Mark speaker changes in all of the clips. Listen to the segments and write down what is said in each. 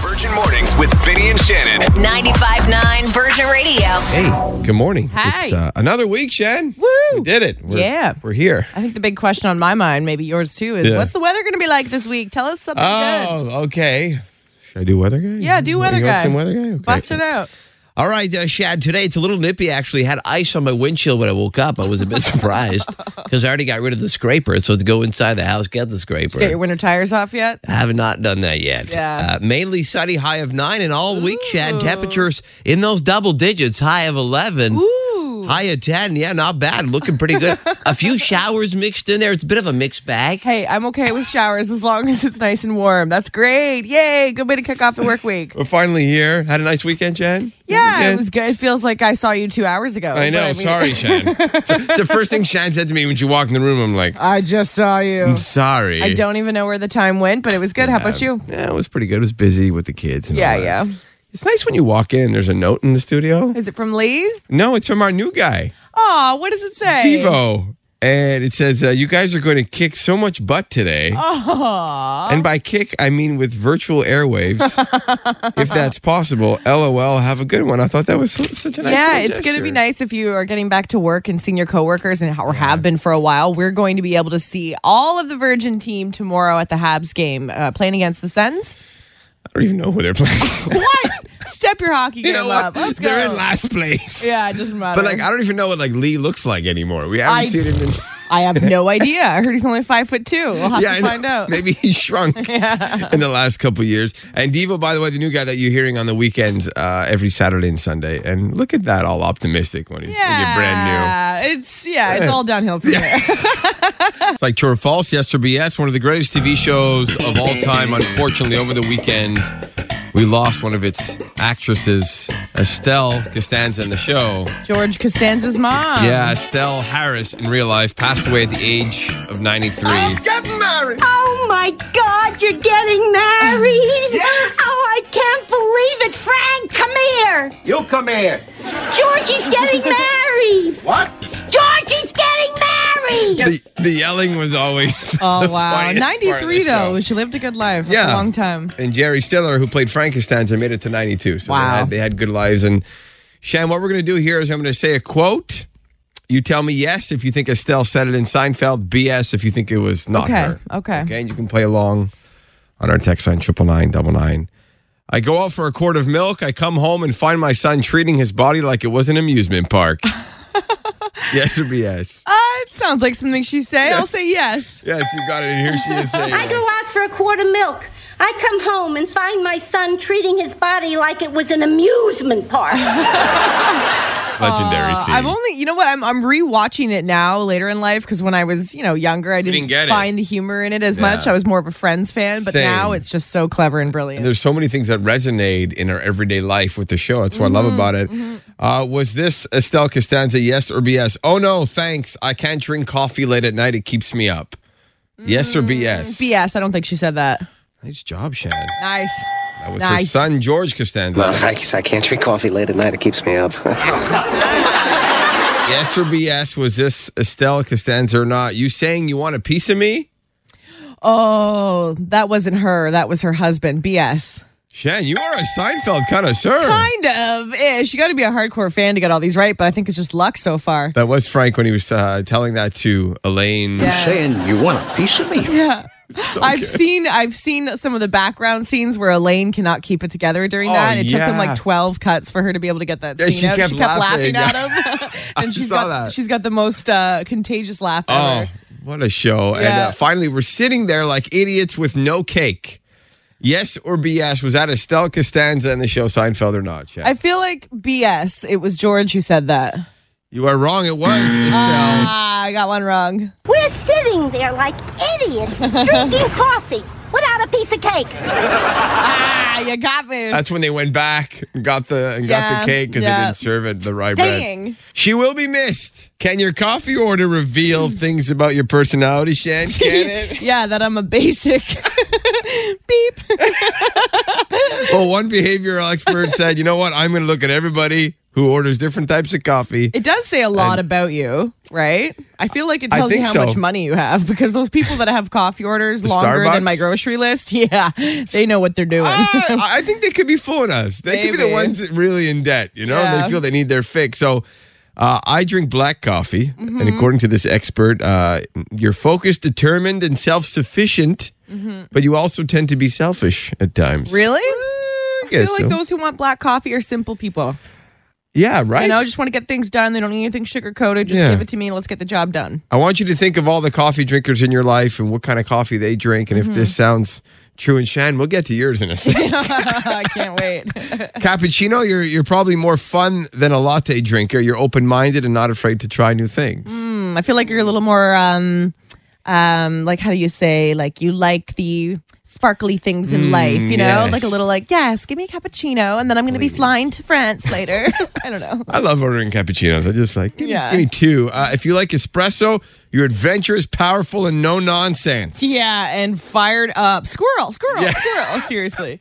Speaker 1: Virgin Mornings with Vinny and Shannon.
Speaker 2: 95.9 Virgin Radio.
Speaker 3: Hey, good morning.
Speaker 4: Hi.
Speaker 3: It's uh, another week, Shen.
Speaker 4: Woo!
Speaker 3: We did it. We're,
Speaker 4: Yeah.
Speaker 3: We're here.
Speaker 4: I think the big question on my mind, maybe yours too, is
Speaker 3: Yeah.
Speaker 4: what's the weather going to be like this week? Tell us something good.
Speaker 3: Oh, okay. Should I do weather guy?
Speaker 4: Yeah, do weather
Speaker 3: you
Speaker 4: guy.
Speaker 3: Want some weather guy? Okay.
Speaker 4: Bust it out.
Speaker 3: All right, uh, Shad. Today it's a little nippy. Actually, I had ice on my windshield when I woke up. I was a bit surprised because I already got rid of the scraper. So to go inside the house, get the scraper.
Speaker 4: Get your winter tires off yet?
Speaker 3: I have not done that yet.
Speaker 4: Yeah.
Speaker 3: Uh, mainly sunny, high of nine, and all week, Shad. Temperatures in those double digits, high of eleven.
Speaker 4: Ooh.
Speaker 3: High of 10. Yeah, not bad. Looking pretty good. a few showers mixed in there. It's a bit of a mixed bag.
Speaker 4: Hey, I'm okay with showers as long as it's nice and warm. That's great. Yay. Good way to kick off the work week.
Speaker 3: We're finally here. Had a nice weekend, Jen?
Speaker 4: Yeah, it was good. It feels like I saw you two hours ago.
Speaker 3: I know.
Speaker 4: but mean-
Speaker 3: sorry, Shan. it's, it's the first thing Shan said to me when she walked in the room. I'm like,
Speaker 4: I just saw you.
Speaker 3: I'm sorry.
Speaker 4: I don't even know where the time went, but it was good. How about you?
Speaker 3: Yeah, it was pretty good. It was busy with the kids. And all
Speaker 4: Yeah,
Speaker 3: that.
Speaker 4: yeah.
Speaker 3: It's nice when you walk in. and There's a note in the studio.
Speaker 4: Is it from Lee?
Speaker 3: No, it's from our new guy,
Speaker 4: Aw, what does it say?
Speaker 3: Devo, and it says, uh, "You guys are going to kick so much butt today."
Speaker 4: Aw.
Speaker 3: And by kick, I mean with virtual airwaves, if that's possible. LOL. Have a good one. I thought that was su- such a nice.
Speaker 4: yeah,
Speaker 3: little
Speaker 4: it's going to be
Speaker 3: gesture.
Speaker 4: nice if you are getting back to work and seeing your coworkers and or have been for a while. We're going to be able to see all of the Virgin team tomorrow at the Habs game uh, playing against the Sens.
Speaker 3: I don't even know who they're playing.
Speaker 4: What? Step your hockey game up. Let's go.
Speaker 3: They're in last place.
Speaker 4: yeah, it doesn't matter.
Speaker 3: But like, I don't even know what like Lee looks like anymore. We haven't
Speaker 4: I-
Speaker 3: seen him in.
Speaker 4: I have no idea. I heard he's only five foot two. We'll have
Speaker 3: I
Speaker 4: to
Speaker 3: know.
Speaker 4: find out.
Speaker 3: Maybe he shrunk in the last couple years. And Devo, by the way, the new guy that you're hearing on the weekends uh, every Saturday and Sunday. And look at that, all optimistic when, he's, when you're brand
Speaker 4: Yeah, it's yeah, it's all downhill from here.
Speaker 3: new. It's like True or False, Yes or BS, one of the greatest TV shows of all time. Unfortunately, over the weekend, we lost one of its actresses, Estelle Costanza, in the show.
Speaker 4: George Costanza's mom.
Speaker 3: Yeah, Estelle Harris in real life passed away at the age of 93.
Speaker 5: Oh my God, you're getting married? Oh, I can't believe it, Frank. Come here.
Speaker 6: You come here.
Speaker 5: Georgie's getting married.
Speaker 6: What?
Speaker 5: Georgie's getting married.
Speaker 3: the, the yelling was always.
Speaker 4: Oh
Speaker 3: the
Speaker 4: wow,
Speaker 3: funniest part of the
Speaker 4: ninety three
Speaker 3: show.
Speaker 4: though. She lived a good life. That's
Speaker 3: Yeah.
Speaker 4: a long time.
Speaker 3: And Jerry Stiller, who played Frankenstein's, made it to 92. So
Speaker 4: Wow.
Speaker 3: they, had, they had good lives. And Shan, what we're going to do here is I'm going to say a quote. You tell me yes if you think Estelle said it in Seinfeld, BS if you think it was not
Speaker 4: Okay,
Speaker 3: her.
Speaker 4: okay.
Speaker 3: Okay, and you can play along on our text line, triple nine, double nine. I go out for a quart of milk. I come home and find my son treating his body like it was an amusement park. yes or BS?
Speaker 4: Uh, it sounds like something she say. I'll say yes.
Speaker 3: Yes, you got it. And here she is saying
Speaker 5: I go out for a quart of milk. I come home and find my son treating his body like it was an amusement park.
Speaker 3: legendary scene.
Speaker 4: Uh, I've only, you know what? I'm I'm rewatching it now later in life because when I was, you know, younger, I didn't,
Speaker 3: didn't get it.
Speaker 4: find the humor in it as much.
Speaker 3: Yeah.
Speaker 4: I was more of a Friends fan, but
Speaker 3: Same.
Speaker 4: now it's just so clever and brilliant.
Speaker 3: there's so many things that resonate in our everyday life with the show. That's what I
Speaker 4: Mm-hmm,
Speaker 3: love about it. Uh, was this Estelle Costanza, yes or BS? Oh no, thanks. I can't drink coffee late at night. It keeps me up. Yes
Speaker 4: Mm,
Speaker 3: or BS?
Speaker 4: BS. I don't think she said that.
Speaker 3: Nice job, Shan.
Speaker 4: Nice.
Speaker 3: That was her
Speaker 4: Nice.
Speaker 3: son, George Costanza.
Speaker 6: Well, I, I can't drink coffee late at night. It keeps me up.
Speaker 3: yes or BS? Was this Estelle Costanza or not? You saying you want a piece of me?
Speaker 4: Oh, that wasn't her. That was her husband. BS.
Speaker 3: Shan, you are a Seinfeld connoisseur.
Speaker 4: Kind of ish. You got to be a hardcore fan to get all these right, but I think it's just luck so far.
Speaker 3: That was Frank when he was uh, telling that to Elaine.
Speaker 4: Yeah.
Speaker 6: Saying you want a piece of me?
Speaker 4: Yeah. I've seen I've seen some of the background scenes where Elaine cannot keep it together during
Speaker 3: Oh,
Speaker 4: that. It took them
Speaker 3: yeah.
Speaker 4: like twelve cuts for her to be able to get that
Speaker 3: Yeah,
Speaker 4: scene
Speaker 3: she
Speaker 4: out.
Speaker 3: kept
Speaker 4: she kept laughing,
Speaker 3: laughing.
Speaker 4: at him, and she's
Speaker 3: saw
Speaker 4: got
Speaker 3: that.
Speaker 4: she's got the most uh, contagious laugh
Speaker 3: Oh,
Speaker 4: ever.
Speaker 3: what a show. And
Speaker 4: Yeah.
Speaker 3: uh, finally, we're sitting there like idiots with no cake. Yes or BS? Was that Estelle Costanza in the show Seinfeld or not, Chad?
Speaker 4: I feel like BS. It was George who said that.
Speaker 3: you are wrong. It was
Speaker 4: Uh,
Speaker 3: Estelle.
Speaker 4: Ah, I got one wrong.
Speaker 5: We're sitting there like idiots drinking coffee without a piece of cake.
Speaker 4: Ah, you got me.
Speaker 3: That's when they went back and got the and got
Speaker 4: Yeah,
Speaker 3: the cake because they
Speaker 4: yeah.
Speaker 3: didn't serve it the right bread.
Speaker 4: Dang.
Speaker 3: She will be missed. Can your coffee order reveal things about your personality, Shan? Can it?
Speaker 4: yeah, that I'm a basic. Beep.
Speaker 3: well, one behavioral expert said, "You know what? I'm going to look at everybody who orders different types of coffee.
Speaker 4: It does say a lot about you, right? I feel like it
Speaker 3: I
Speaker 4: tells you
Speaker 3: think
Speaker 4: how
Speaker 3: so.
Speaker 4: much money you have because those people that have coffee orders longer than my
Speaker 3: Starbucks?
Speaker 4: grocery list, yeah, they know what they're doing.
Speaker 3: Ah, I think they could be fooling us. They could be the
Speaker 4: Maybe.
Speaker 3: ones that really in debt, you know?
Speaker 4: Yeah.
Speaker 3: They feel they need their fix. So uh, I drink black coffee.
Speaker 4: Mm-hmm.
Speaker 3: And according to this expert, uh, you're focused, determined, and self sufficient, but you also tend to be selfish at times.
Speaker 4: Mm-hmm. really?
Speaker 3: I
Speaker 4: I
Speaker 3: guess
Speaker 4: feel like
Speaker 3: so.
Speaker 4: those who want black coffee are simple people.
Speaker 3: Yeah, right.
Speaker 4: You know, just want to get things done. They don't need anything sugar coated. Just
Speaker 3: Yeah.
Speaker 4: give it to me and let's get the job done.
Speaker 3: I want you to think of all the coffee drinkers in your life and what kind of coffee they drink. And if this
Speaker 4: Mm-hmm.
Speaker 3: sounds true and Shan, we'll get to yours in a second.
Speaker 4: I can't wait.
Speaker 3: Cappuccino, you're you're probably more fun than a latte drinker. You're open minded and not afraid to try new things.
Speaker 4: I feel like you're a little more um um like how do you say like you like the sparkly things in life, you know?
Speaker 3: Mm, yes.
Speaker 4: Like a little like, yes, give me a cappuccino and then I'm going to be flying to France later. I don't know.
Speaker 3: I love ordering cappuccinos. I just like give,
Speaker 4: Yeah.
Speaker 3: me, give me two. Uh, if you like espresso, you're adventurous, powerful, and no nonsense.
Speaker 4: Yeah, and fired up. Squirrel, squirrel, squirrel, seriously.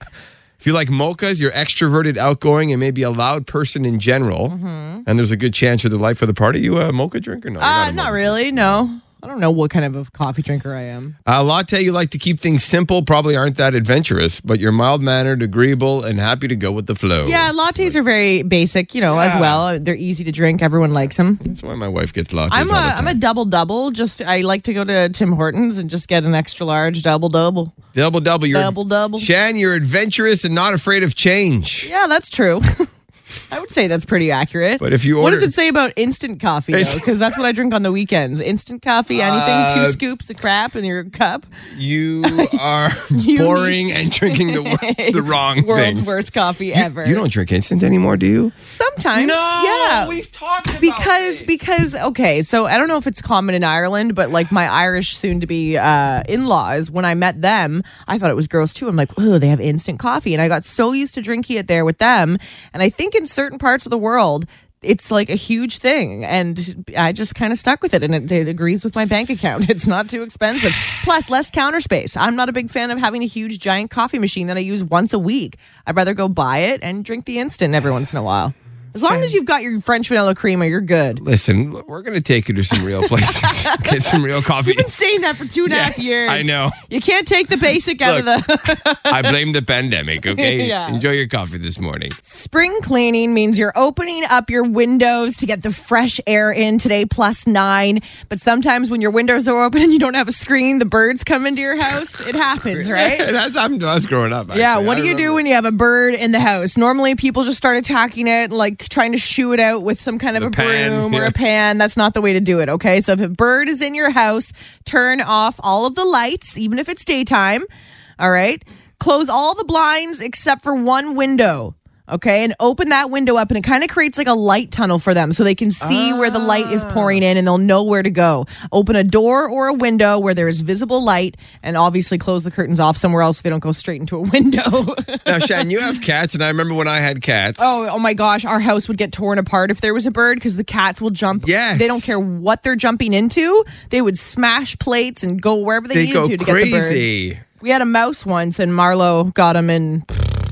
Speaker 3: If you like mochas, you're extroverted, outgoing, and maybe a loud person in general. And there's a good chance you're the life of the party. You a mocha drinker? No, you're
Speaker 4: Mm-hmm. Uh
Speaker 3: a
Speaker 4: not
Speaker 3: mocha
Speaker 4: really, no. I don't know what kind of a coffee drinker I am.
Speaker 3: Uh, latte, you like to keep things simple, probably aren't that adventurous, but you're mild mannered, agreeable, and happy to go with the flow.
Speaker 4: Yeah, lattes are very basic, you know, as well. They're easy to drink. Everyone likes them.
Speaker 3: That's why my wife gets lattes.
Speaker 4: I'm a
Speaker 3: all the
Speaker 4: am a
Speaker 3: time.
Speaker 4: double double. Just I like to go to Tim Hortons and just get an extra large double double.
Speaker 3: double double. You're,
Speaker 4: Double double.
Speaker 3: Shan, you're adventurous and not afraid of change.
Speaker 4: Yeah, that's true. I would say that's pretty accurate.
Speaker 3: But if you
Speaker 4: what
Speaker 3: order-
Speaker 4: does it say about instant coffee though? Because that's what I drink on the weekends. Instant coffee, anything,
Speaker 3: Uh,
Speaker 4: two scoops of crap in your cup.
Speaker 3: You are
Speaker 4: You
Speaker 3: boring and drinking the, wor- the wrong
Speaker 4: World's
Speaker 3: things.
Speaker 4: worst coffee
Speaker 3: You-
Speaker 4: ever.
Speaker 3: You, don't drink instant anymore, do you?
Speaker 4: Sometimes, yeah.
Speaker 3: talked about
Speaker 4: because because okay so i don't know if it's common in ireland but like my irish soon to be uh, in-laws when i met them i thought it was gross too i'm like oh they have instant coffee and i got so used to drinking it there with them and i think in certain parts of the world it's like a huge thing and i just kind of stuck with it and it, it agrees with my bank account it's not too expensive plus less counter space i'm not a big fan of having a huge giant coffee machine that i use once a week i'd rather go buy it and drink the instant every once in a while as long as you've got your French vanilla creamer, you're good.
Speaker 3: Listen, we're going to take you to some real places. Get some real coffee.
Speaker 4: I've been saying that for two and a half
Speaker 3: Yes,
Speaker 4: years.
Speaker 3: I know.
Speaker 4: You can't take the basic out
Speaker 3: Look.
Speaker 4: of the.
Speaker 3: I blame the pandemic, okay?
Speaker 4: Yeah.
Speaker 3: Enjoy your coffee this morning.
Speaker 4: Spring cleaning means you're opening up your windows to get the fresh air in today, plus nine. But sometimes when your windows are open and you don't have a screen, the birds come into your house. It happens, right?
Speaker 3: That's happened to us growing up.
Speaker 4: Yeah,
Speaker 3: actually.
Speaker 4: what
Speaker 3: I
Speaker 4: do you do
Speaker 3: remember.
Speaker 4: when you have a bird in the house? Normally, people just start attacking it, like trying to shoo it out with some kind of
Speaker 3: The
Speaker 4: a
Speaker 3: pan,
Speaker 4: broom or
Speaker 3: yeah.
Speaker 4: a pan. That's not the way to do it, okay? So, if a bird is in your house, turn off all of the lights, even if it's daytime, all right? Close all the blinds except for one window. Okay, and open that window up, and it kind of creates like a light tunnel for them so they can see where the light is pouring
Speaker 3: Ah.
Speaker 4: in and they'll know where to go. Open a door or a window where there is visible light, and obviously close the curtains off somewhere else so they don't go straight into a window.
Speaker 3: Now, Shan, you have cats, and I remember when I had cats.
Speaker 4: Oh, oh my gosh, our house would get torn apart if there was a bird because the cats will jump.
Speaker 3: Yes.
Speaker 4: They don't care what they're jumping into. They would smash plates and go wherever they,
Speaker 3: they
Speaker 4: needed
Speaker 3: go
Speaker 4: to to get the bird.
Speaker 3: crazy.
Speaker 4: We had a mouse once, and Marlo got him in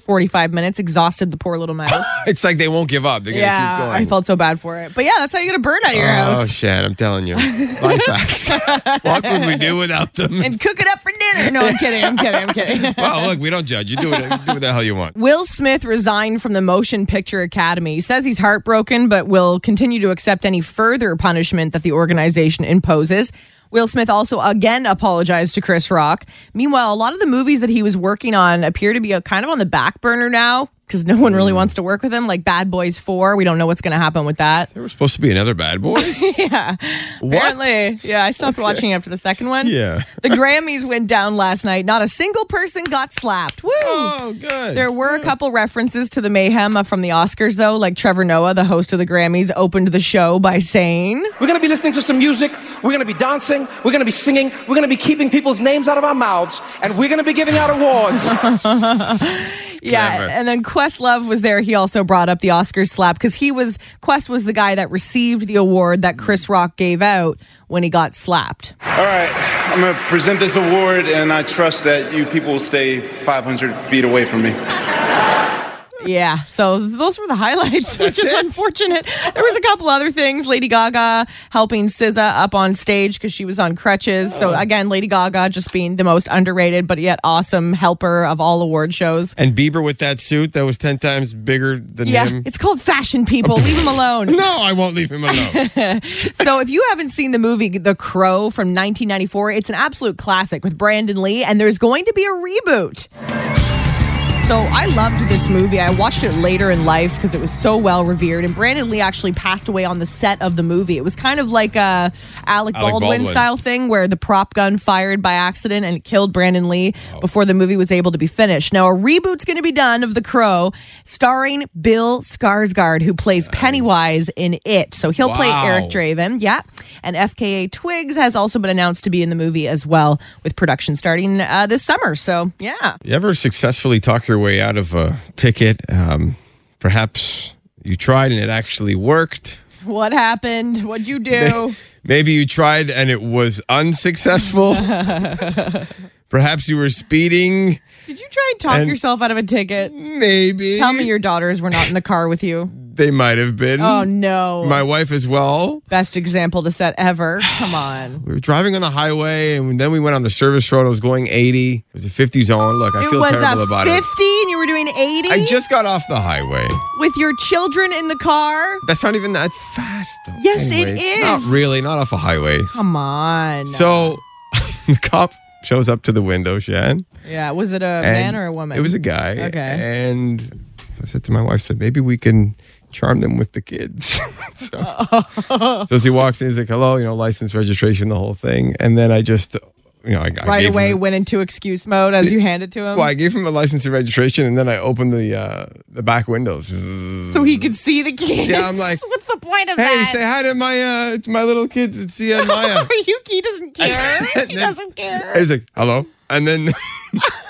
Speaker 4: 45 minutes, exhausted the poor little mouse.
Speaker 3: It's like they won't give up. They're
Speaker 4: yeah,
Speaker 3: gonna
Speaker 4: I
Speaker 3: keep going.
Speaker 4: felt so bad for it. But yeah, that's how you get a bird out of your
Speaker 3: oh,
Speaker 4: house
Speaker 3: Shan, I'm telling you, life hacks. what would we do without them?
Speaker 4: and cook it up for dinner. No, I'm kidding. I'm kidding. I'm kidding.
Speaker 3: well, look, we don't judge. You do what, you do what the hell you want.
Speaker 4: Will Smith resigned from the Motion Picture Academy. He says he's heartbroken, but will continue to accept any further punishment that the organization imposes. Will Smith also again apologized to Chris Rock. Meanwhile, a lot of the movies that he was working on appear to be uh, kind of on the back burner now because no one really
Speaker 3: Hmm.
Speaker 4: wants to work with him, like Bad Boys 4. We don't know what's going to happen with that.
Speaker 3: There was supposed to be another bad boy.
Speaker 4: Yeah. Apparently. Yeah, I stopped watching after the second one.
Speaker 3: Yeah.
Speaker 4: The Grammys went down last night. Not a single person got slapped. Woo!
Speaker 3: Oh, good.
Speaker 4: There were a couple references to the mayhem uh, from the Oscars, though. Like Trevor Noah, the host of the Grammys, opened the show by saying,
Speaker 7: We're gonna be listening to some music. We're gonna be dancing. We're gonna be singing. We're gonna be keeping people's names out of our mouths. And we're gonna be giving out awards.
Speaker 4: "Yeah."
Speaker 3: Clever.
Speaker 4: And then Questlove was there. He also brought up the Oscars slap because he was Quest was the guy that received the award that Chris Rock gave out when he got slapped.
Speaker 8: All right, I'm gonna present this award, and I trust that you people will stay 500 feet away from me.
Speaker 4: Yeah, so those were the highlights, which is
Speaker 3: it?
Speaker 4: unfortunate. There was a couple other things. Lady Gaga helping SZA up on stage because she was on crutches. So again, Lady Gaga just being the most underrated but yet awesome helper of all award shows.
Speaker 3: And Bieber with that suit that was 10 times bigger than
Speaker 4: Yeah,
Speaker 3: him.
Speaker 4: it's called Fashion People. Leave him alone.
Speaker 3: No, I won't leave him alone.
Speaker 4: So, if you haven't seen the movie The Crow from 1994, it's an absolute classic with Brandon Lee, and there's going to be a reboot. So, I loved this movie. I watched it later in life because it was so well revered. And Brandon Lee actually passed away on the set of the movie. It was kind of like a Alec, Baldwin,
Speaker 3: Baldwin.
Speaker 4: style thing where the prop gun fired by accident and it killed Brandon Lee before the movie was able to be finished. Now, a reboot's going to be done of The Crow starring Bill Skarsgård, who plays Pennywise in it. So, he'll play
Speaker 3: Wow.
Speaker 4: Eric Draven. Raven, yeah. And FKA Twigs has also been announced to be in the movie as well, with production starting uh, this summer. So, yeah.
Speaker 3: you ever successfully talk your way out of a ticket? Um, perhaps you tried and it actually worked.
Speaker 4: What happened? What'd you do?
Speaker 3: Maybe you tried and it was unsuccessful. perhaps you were speeding.
Speaker 4: Did you try and talk
Speaker 3: And-
Speaker 4: yourself out of a ticket?
Speaker 3: Maybe.
Speaker 4: Tell me your daughters were not in the car with you.
Speaker 3: They might have been.
Speaker 4: Oh, no.
Speaker 3: My wife as well.
Speaker 4: Best example to set ever. Come on.
Speaker 3: We were driving on the highway, and then we went on the service road. I was going 80. It was a 50 zone. Look, I
Speaker 4: it
Speaker 3: feel
Speaker 4: was
Speaker 3: terrible
Speaker 4: a 50
Speaker 3: about it.
Speaker 4: and you were doing 80
Speaker 3: I just got off the highway.
Speaker 4: with your children in the car?
Speaker 3: That's not even that fast. Though.
Speaker 4: Yes, it is.
Speaker 3: Not really. Not off a highway.
Speaker 4: Come on.
Speaker 3: So the cop shows up to the window, Shan.
Speaker 4: yeah, was it a
Speaker 3: and
Speaker 4: man or a woman?
Speaker 3: It was a guy.
Speaker 4: Okay.
Speaker 3: And I said to my wife, said maybe we can charm them with the kids. so,
Speaker 4: Oh.
Speaker 3: so as he walks in, he's like, "Hello," you know, license, registration, the whole thing. And then I just, you know, I, I
Speaker 4: right
Speaker 3: gave him
Speaker 4: away
Speaker 3: the-
Speaker 4: went into excuse mode as you handed to him.
Speaker 3: Well, I gave him a license and registration, and then I opened the uh, the back windows. Hey,
Speaker 4: so he could see the kids.
Speaker 3: Yeah, I'm like,
Speaker 4: what's the point of that?
Speaker 3: say hi to my uh, to my little kids at Sia and Maya.
Speaker 4: Yuki doesn't care.
Speaker 3: And
Speaker 4: he
Speaker 3: then-
Speaker 4: doesn't care.
Speaker 3: He's like, hello, and then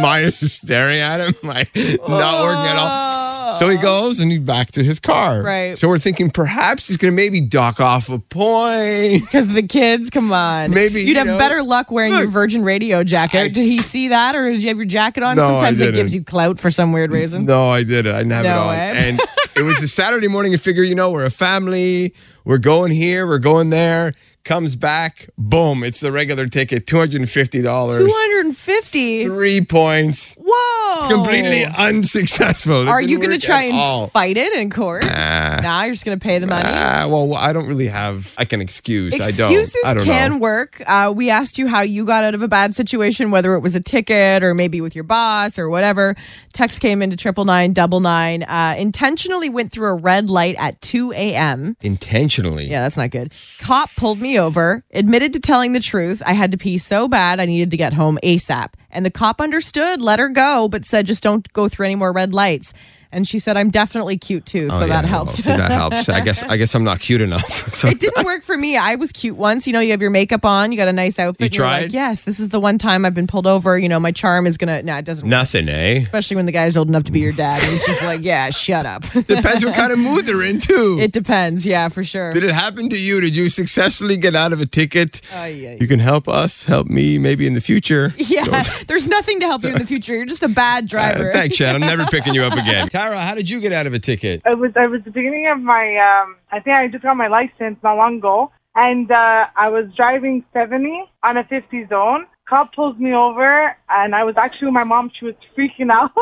Speaker 3: Maya's just staring at him, like not working at all. So he goes and he back to his car.
Speaker 4: Right.
Speaker 3: So we're thinking perhaps he's gonna maybe dock off a point.
Speaker 4: Because the kids, come on.
Speaker 3: Maybe,
Speaker 4: you'd
Speaker 3: you
Speaker 4: have
Speaker 3: know,
Speaker 4: better luck wearing your
Speaker 3: look,
Speaker 4: Virgin Radio jacket. did he see that, or did you have your jacket on?
Speaker 3: No, I
Speaker 4: Sometimes it gives
Speaker 3: didn't.
Speaker 4: you clout for some weird reason.
Speaker 3: No, I did it. I didn't have it
Speaker 4: No,
Speaker 3: on.
Speaker 4: eh?
Speaker 3: And it was a Saturday morning. I figure, you know, we're a family. We're going here. We're going there. Comes back. Boom. It's the regular ticket. $250.
Speaker 4: Two hundred and fifty.
Speaker 3: Three points.
Speaker 4: Whoa!
Speaker 3: Completely unsuccessful. It
Speaker 4: Are
Speaker 3: didn't
Speaker 4: you going to
Speaker 3: work
Speaker 4: try
Speaker 3: at
Speaker 4: and
Speaker 3: all.
Speaker 4: fight it in court? nah, you're just going to pay the money.
Speaker 3: Ah, well, I don't really have like an excuse. I don't.
Speaker 4: Excuses
Speaker 3: I don't
Speaker 4: can
Speaker 3: know.
Speaker 4: work. Uh, we asked you how you got out of a bad situation, whether it was a ticket or maybe with your boss or whatever. Text came into triple nine double nine. Uh, intentionally went through a red light at two a.m.
Speaker 3: Intentionally.
Speaker 4: Yeah, that's not good. Cop pulled me over, admitted to telling the truth. I had to pee so bad I needed to get home ASAP. And the cop understood, let her go, but said just don't go through any more red lights. And she said, I'm definitely cute too. So
Speaker 3: Oh, yeah,
Speaker 4: that
Speaker 3: well,
Speaker 4: helped.
Speaker 3: see, that helps. I guess. I guess I'm not cute enough. So-
Speaker 4: It didn't work for me. I was cute once. You know, you have your makeup on, you got a nice outfit.
Speaker 3: You
Speaker 4: and you're
Speaker 3: tried?
Speaker 4: like, yes, this is the one time I've been pulled over. You know, my charm is gonna. No, it doesn't. work.
Speaker 3: Nothing, eh?
Speaker 4: Especially when the guy's old enough to be your dad. He's just like, yeah, shut up.
Speaker 3: Depends what kind of mood they're in too.
Speaker 4: it depends. Yeah, for sure.
Speaker 3: Did it happen to you? Did you successfully get out of a ticket?
Speaker 4: Ay, ay,
Speaker 3: You can help us, help me, maybe in the future.
Speaker 4: Yeah, there's nothing to help you in the future. You're just a bad driver.
Speaker 3: Uh, thanks, Chad. I'm never picking you up again. Tara, how did you get out of a ticket?
Speaker 9: it was it was the beginning of my um I think I just got my license not long ago and uh I was driving 70 on a 50 zone cop pulls me over and I was actually with my mom she was freaking out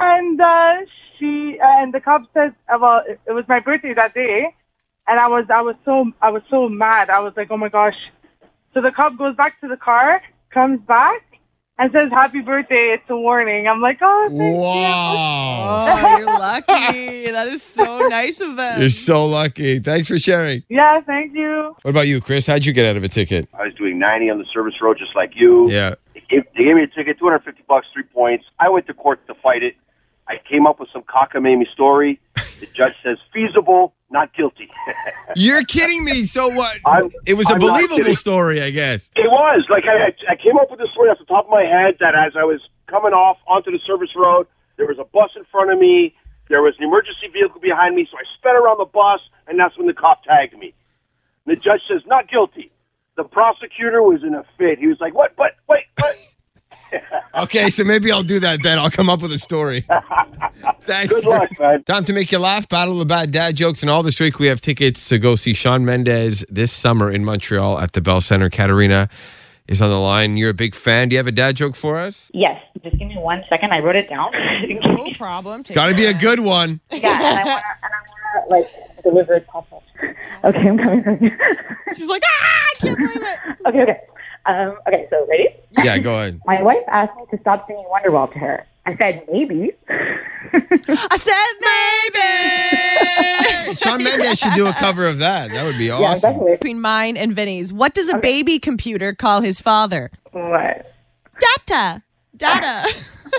Speaker 9: and uh she and the cop says uh, well it, it was my birthday that day and I was I was so I was so mad I was like oh my gosh so the cop goes back to the car comes back and says happy birthday it's a warning I'm like oh thank you."
Speaker 3: Wow.
Speaker 4: Oh, you're lucky. That is so nice of them.
Speaker 3: You're so lucky. Thanks for sharing.
Speaker 9: yeah thank you
Speaker 3: What about you, Chris? How'd you get out of a ticket?
Speaker 10: I was doing 90 on the service road, just like you.
Speaker 3: Yeah.
Speaker 10: They gave, they gave me a ticket, 250 bucks, three points. I went to court to fight it. I came up with some cockamamie story. The judge says feasible, not guilty.
Speaker 3: You're kidding me. So what?
Speaker 10: I'm-
Speaker 3: it was a
Speaker 10: I'm not
Speaker 3: believable
Speaker 10: kidding.
Speaker 3: story, I guess.
Speaker 10: it was like I, I came up with this story off the top of my head that as I was coming off onto the service road, there was a bus in front of me. There was an emergency vehicle behind me, so I sped around the bus, and that's when the cop tagged me. And the judge says not guilty. The prosecutor was in a fit. He was like, "What? But wait, what?"
Speaker 3: Okay, so maybe I'll do that then. I'll come up with a story. Thanks.
Speaker 10: Good luck, man.
Speaker 3: Time to make you laugh. Battle of Bad Dad Jokes. And all this week, we have tickets to go see Sean Mendez this summer in Montreal at the Bell Center. Katarina is on the line. You're a big fan. Do you have a dad joke for us?
Speaker 11: Yes, just give me one second. I wrote it down.
Speaker 4: No problem. Take
Speaker 3: Got to
Speaker 4: your
Speaker 3: be a
Speaker 4: time.
Speaker 3: good one.
Speaker 11: yeah, and I want to like deliver it properly. Okay, I'm coming. right now.
Speaker 4: She's like, ah, I can't believe it.
Speaker 11: okay, okay, um, okay. So ready?
Speaker 3: Yeah, go ahead.
Speaker 11: My wife asked me to stop singing Wonderwall to her. I said maybe.
Speaker 4: I said maybe.
Speaker 3: Sean Mendez should do a cover of that. That would be
Speaker 11: yeah,
Speaker 3: awesome.
Speaker 11: definitely.
Speaker 4: Between mine and Vinny's, what does a baby computer call his father?
Speaker 11: What?
Speaker 4: Data. Data.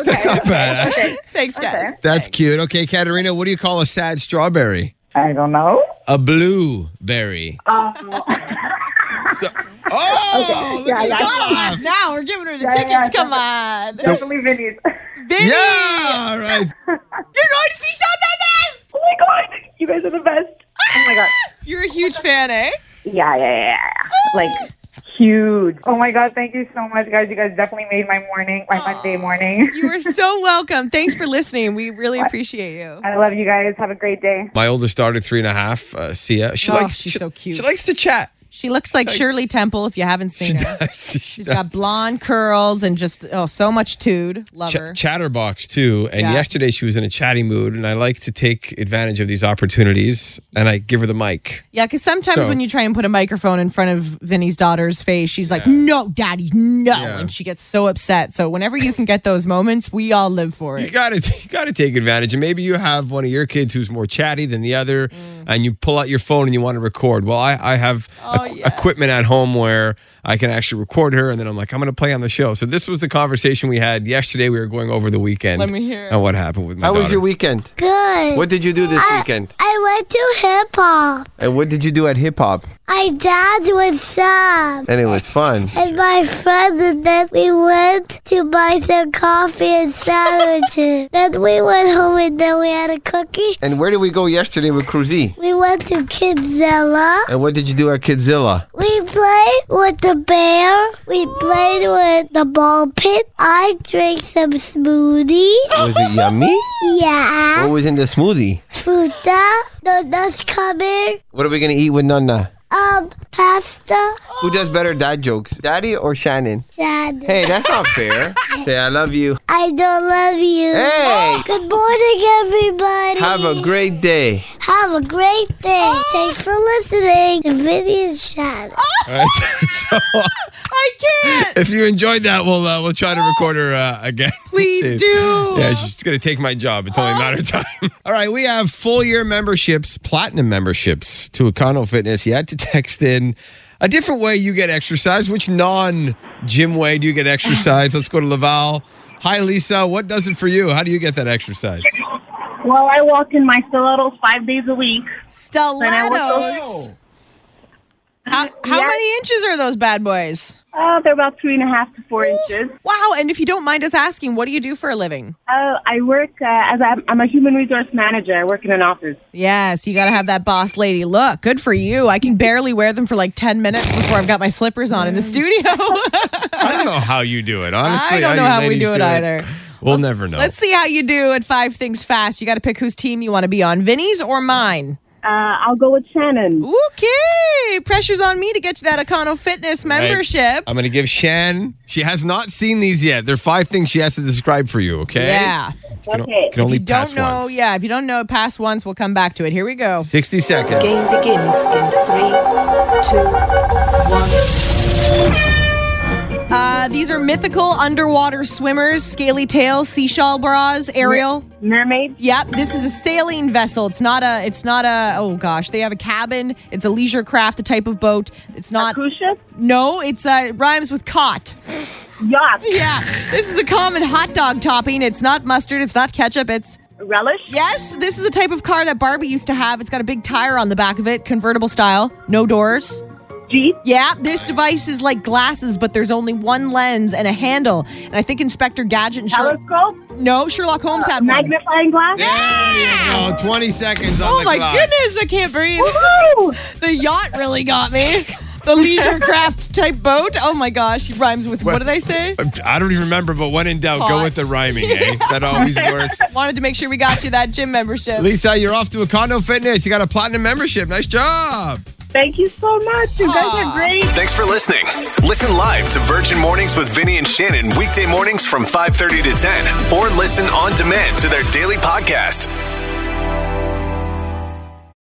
Speaker 3: That's not bad, actually.
Speaker 4: Thanks, guys.
Speaker 3: That's cute. Okay, Katarina, what do you call a sad strawberry?
Speaker 11: I don't know. Uh,
Speaker 3: A blueberry. So- oh, look,
Speaker 11: yeah,
Speaker 3: she's
Speaker 11: yeah.
Speaker 3: got
Speaker 4: Got
Speaker 3: laugh.
Speaker 4: us now. We're giving her the
Speaker 11: Yeah,
Speaker 4: tickets.
Speaker 11: yeah,
Speaker 4: Come on. Vinny,
Speaker 11: Definitely Vinny's.
Speaker 3: Yeah, all right.
Speaker 4: you're going to see Sean Mendes. Ah!
Speaker 11: oh my god, you guys are the best. Oh my god.
Speaker 4: You're a huge fan, eh?
Speaker 11: Yeah, yeah, yeah, yeah. Like huge.
Speaker 5: Oh my God, thank you so much, guys. You guys definitely made my morning, my Monday morning.
Speaker 4: You are so welcome. Thanks for listening. We really appreciate you.
Speaker 11: Uh,
Speaker 5: I love you guys. Have a great day.
Speaker 3: My oldest daughter, three and a half, uh, Sia. She
Speaker 4: Oh,
Speaker 3: likes.
Speaker 4: she's
Speaker 3: she-
Speaker 4: so cute.
Speaker 3: She likes to chat.
Speaker 4: She looks like Shirley Temple if you haven't seen her.
Speaker 3: she
Speaker 4: She's got blonde curls and just oh so much tude. Love her.
Speaker 3: Ch- chatterbox too. And
Speaker 4: Yeah.
Speaker 3: yesterday she was in a chatty mood, and I like to take advantage of these opportunities, and I give her the mic.
Speaker 4: Yeah, because sometimes
Speaker 3: So-
Speaker 4: when you try and put a microphone in front of Vinny's daughter's face, she's like, "No, Daddy, no,"
Speaker 3: Yeah.
Speaker 4: and she gets so upset. So whenever you can get those moments, we all live for
Speaker 3: You
Speaker 4: it.
Speaker 3: gotta, you gotta take advantage. And maybe you have one of your kids who's more chatty than the other,
Speaker 4: Mm.
Speaker 3: and you pull out your phone and you want to record. Well, I, I have
Speaker 4: Oh,
Speaker 3: equ-
Speaker 4: yes.
Speaker 3: equipment at home where I can actually record her, and then I'm like, I'm gonna play on the show. So this was the conversation we had yesterday. We were going over the weekend.
Speaker 4: Let me hear.
Speaker 3: And what happened with my
Speaker 12: How
Speaker 3: daughter.
Speaker 12: was your weekend?
Speaker 13: Good.
Speaker 12: What did you do this
Speaker 13: I,
Speaker 12: weekend?
Speaker 13: I went to hip hop.
Speaker 12: And what did you do at hip hop?
Speaker 13: My dad was up.
Speaker 12: And it was fun.
Speaker 13: And my friends, and then we went to buy some coffee and sandwiches. then we went home and then we had a cookie.
Speaker 12: And where did we go yesterday with Cruzy?
Speaker 13: We went to Kidzilla.
Speaker 12: And what did you do at Kidzilla?
Speaker 13: We played with the bear. We played with the ball pit. I drank some smoothie.
Speaker 12: Was it yummy? Oh.
Speaker 13: Yeah.
Speaker 12: What was in the smoothie?
Speaker 13: Fruta. The nuts coming.
Speaker 12: What are we gonna eat with Nana?
Speaker 13: Um, pasta.
Speaker 12: Who does better dad jokes, Daddy or Shannon?
Speaker 13: Sad.
Speaker 12: Hey, that's not fair. Say I love you.
Speaker 13: I don't love you.
Speaker 12: Hey!
Speaker 13: Good morning, everybody.
Speaker 12: Have a great day.
Speaker 13: Have a great day. Thanks for listening to Vinny and Chad.
Speaker 3: All right, so-
Speaker 4: I can't.
Speaker 3: if you enjoyed that, we'll uh, we'll try to record her uh, again.
Speaker 4: Please do.
Speaker 3: Yeah, she's going to take my job. It's only a matter of time. All right, we have full year memberships, platinum memberships to Econo Fitness. You had to text in a different way you get exercise. Which non gym way do you get exercise? Let's go to Laval. Hi, Lisa. What does it for you? How do you get that exercise?
Speaker 14: Well, I walk in my stilettos five days a week.
Speaker 4: Stilettos. How, how
Speaker 14: Mm, Yeah.
Speaker 4: many inches are those bad boys?
Speaker 14: Uh, they're about three and a half to four inches.
Speaker 4: Wow. And if you don't mind us asking, what do you do for a living?
Speaker 14: Uh, I work uh, as I'm, I'm a human resource manager. I work in an office.
Speaker 4: Yes, you got to have that boss lady look. Good for you. I can barely wear them for like 10 minutes before I've got my slippers on in the studio.
Speaker 3: I don't know how you do it, honestly.
Speaker 4: I don't know
Speaker 3: you
Speaker 4: how we
Speaker 3: ladies
Speaker 4: do it either.
Speaker 3: We'll never know.
Speaker 4: Let's see how you do at five things fast. You got to pick whose team you want to be on, Vinny's or mine.
Speaker 14: Uh, I'll go with Shannon.
Speaker 4: Okay, pressure's on me to get you that Econo Fitness
Speaker 3: All right.
Speaker 4: membership.
Speaker 3: I'm going to give Shan. She has not seen these yet. There are five things she has to describe for you, okay?
Speaker 4: Yeah. If
Speaker 3: Can,
Speaker 14: Okay.
Speaker 3: can only
Speaker 4: you don't
Speaker 3: pass
Speaker 4: know,
Speaker 3: once.
Speaker 4: yeah. If you don't know, pass once. We'll come back to it. Here we go.
Speaker 3: 60 seconds.
Speaker 15: Game begins in three, two, one.
Speaker 4: Uh, these are mythical underwater swimmers, scaly tails, seashell bras, Ariel.
Speaker 14: Mermaid.
Speaker 4: Yep, this is a sailing vessel. It's not a. It's not a. Oh gosh, they have a cabin. It's a leisure craft, a type of boat. It's not.
Speaker 14: Cruise ship.
Speaker 4: No, it's uh, it rhymes with cot.
Speaker 14: Yacht.
Speaker 4: Yeah, this is a common hot dog topping. It's not mustard. It's not ketchup. It's
Speaker 14: Relish.
Speaker 4: yes. This is a type of car that Barbie used to have. It's got a big tire on the back of it, convertible style, no doors.
Speaker 14: Jeep.
Speaker 4: Yeah, this device is like glasses, but there's only one lens and a handle. And I think Inspector Gadget and Sherlock.
Speaker 14: Telescope.
Speaker 4: No, Sherlock Holmes had one.
Speaker 14: Magnifying glass.
Speaker 3: There you go. 20 seconds on
Speaker 4: Oh
Speaker 3: the
Speaker 4: my
Speaker 3: clock.
Speaker 4: goodness, I can't breathe.
Speaker 14: Woo!
Speaker 4: The yacht really got me. the leisure craft type boat. Oh my gosh, he rhymes with what, did I say?
Speaker 3: I don't even remember, but when in doubt, go
Speaker 4: Hot.
Speaker 3: with the rhyming, eh? That always works.
Speaker 4: Wanted to make sure we got you that gym membership.
Speaker 3: Lisa, you're off to a condo fitness. You got a platinum membership. Nice job.
Speaker 9: Thank you so much. You guys are great.
Speaker 1: Thanks for listening. Listen live to Virgin Mornings with Vinny and Shannon weekday mornings from 5:30 to 10 or listen on demand to their daily podcast.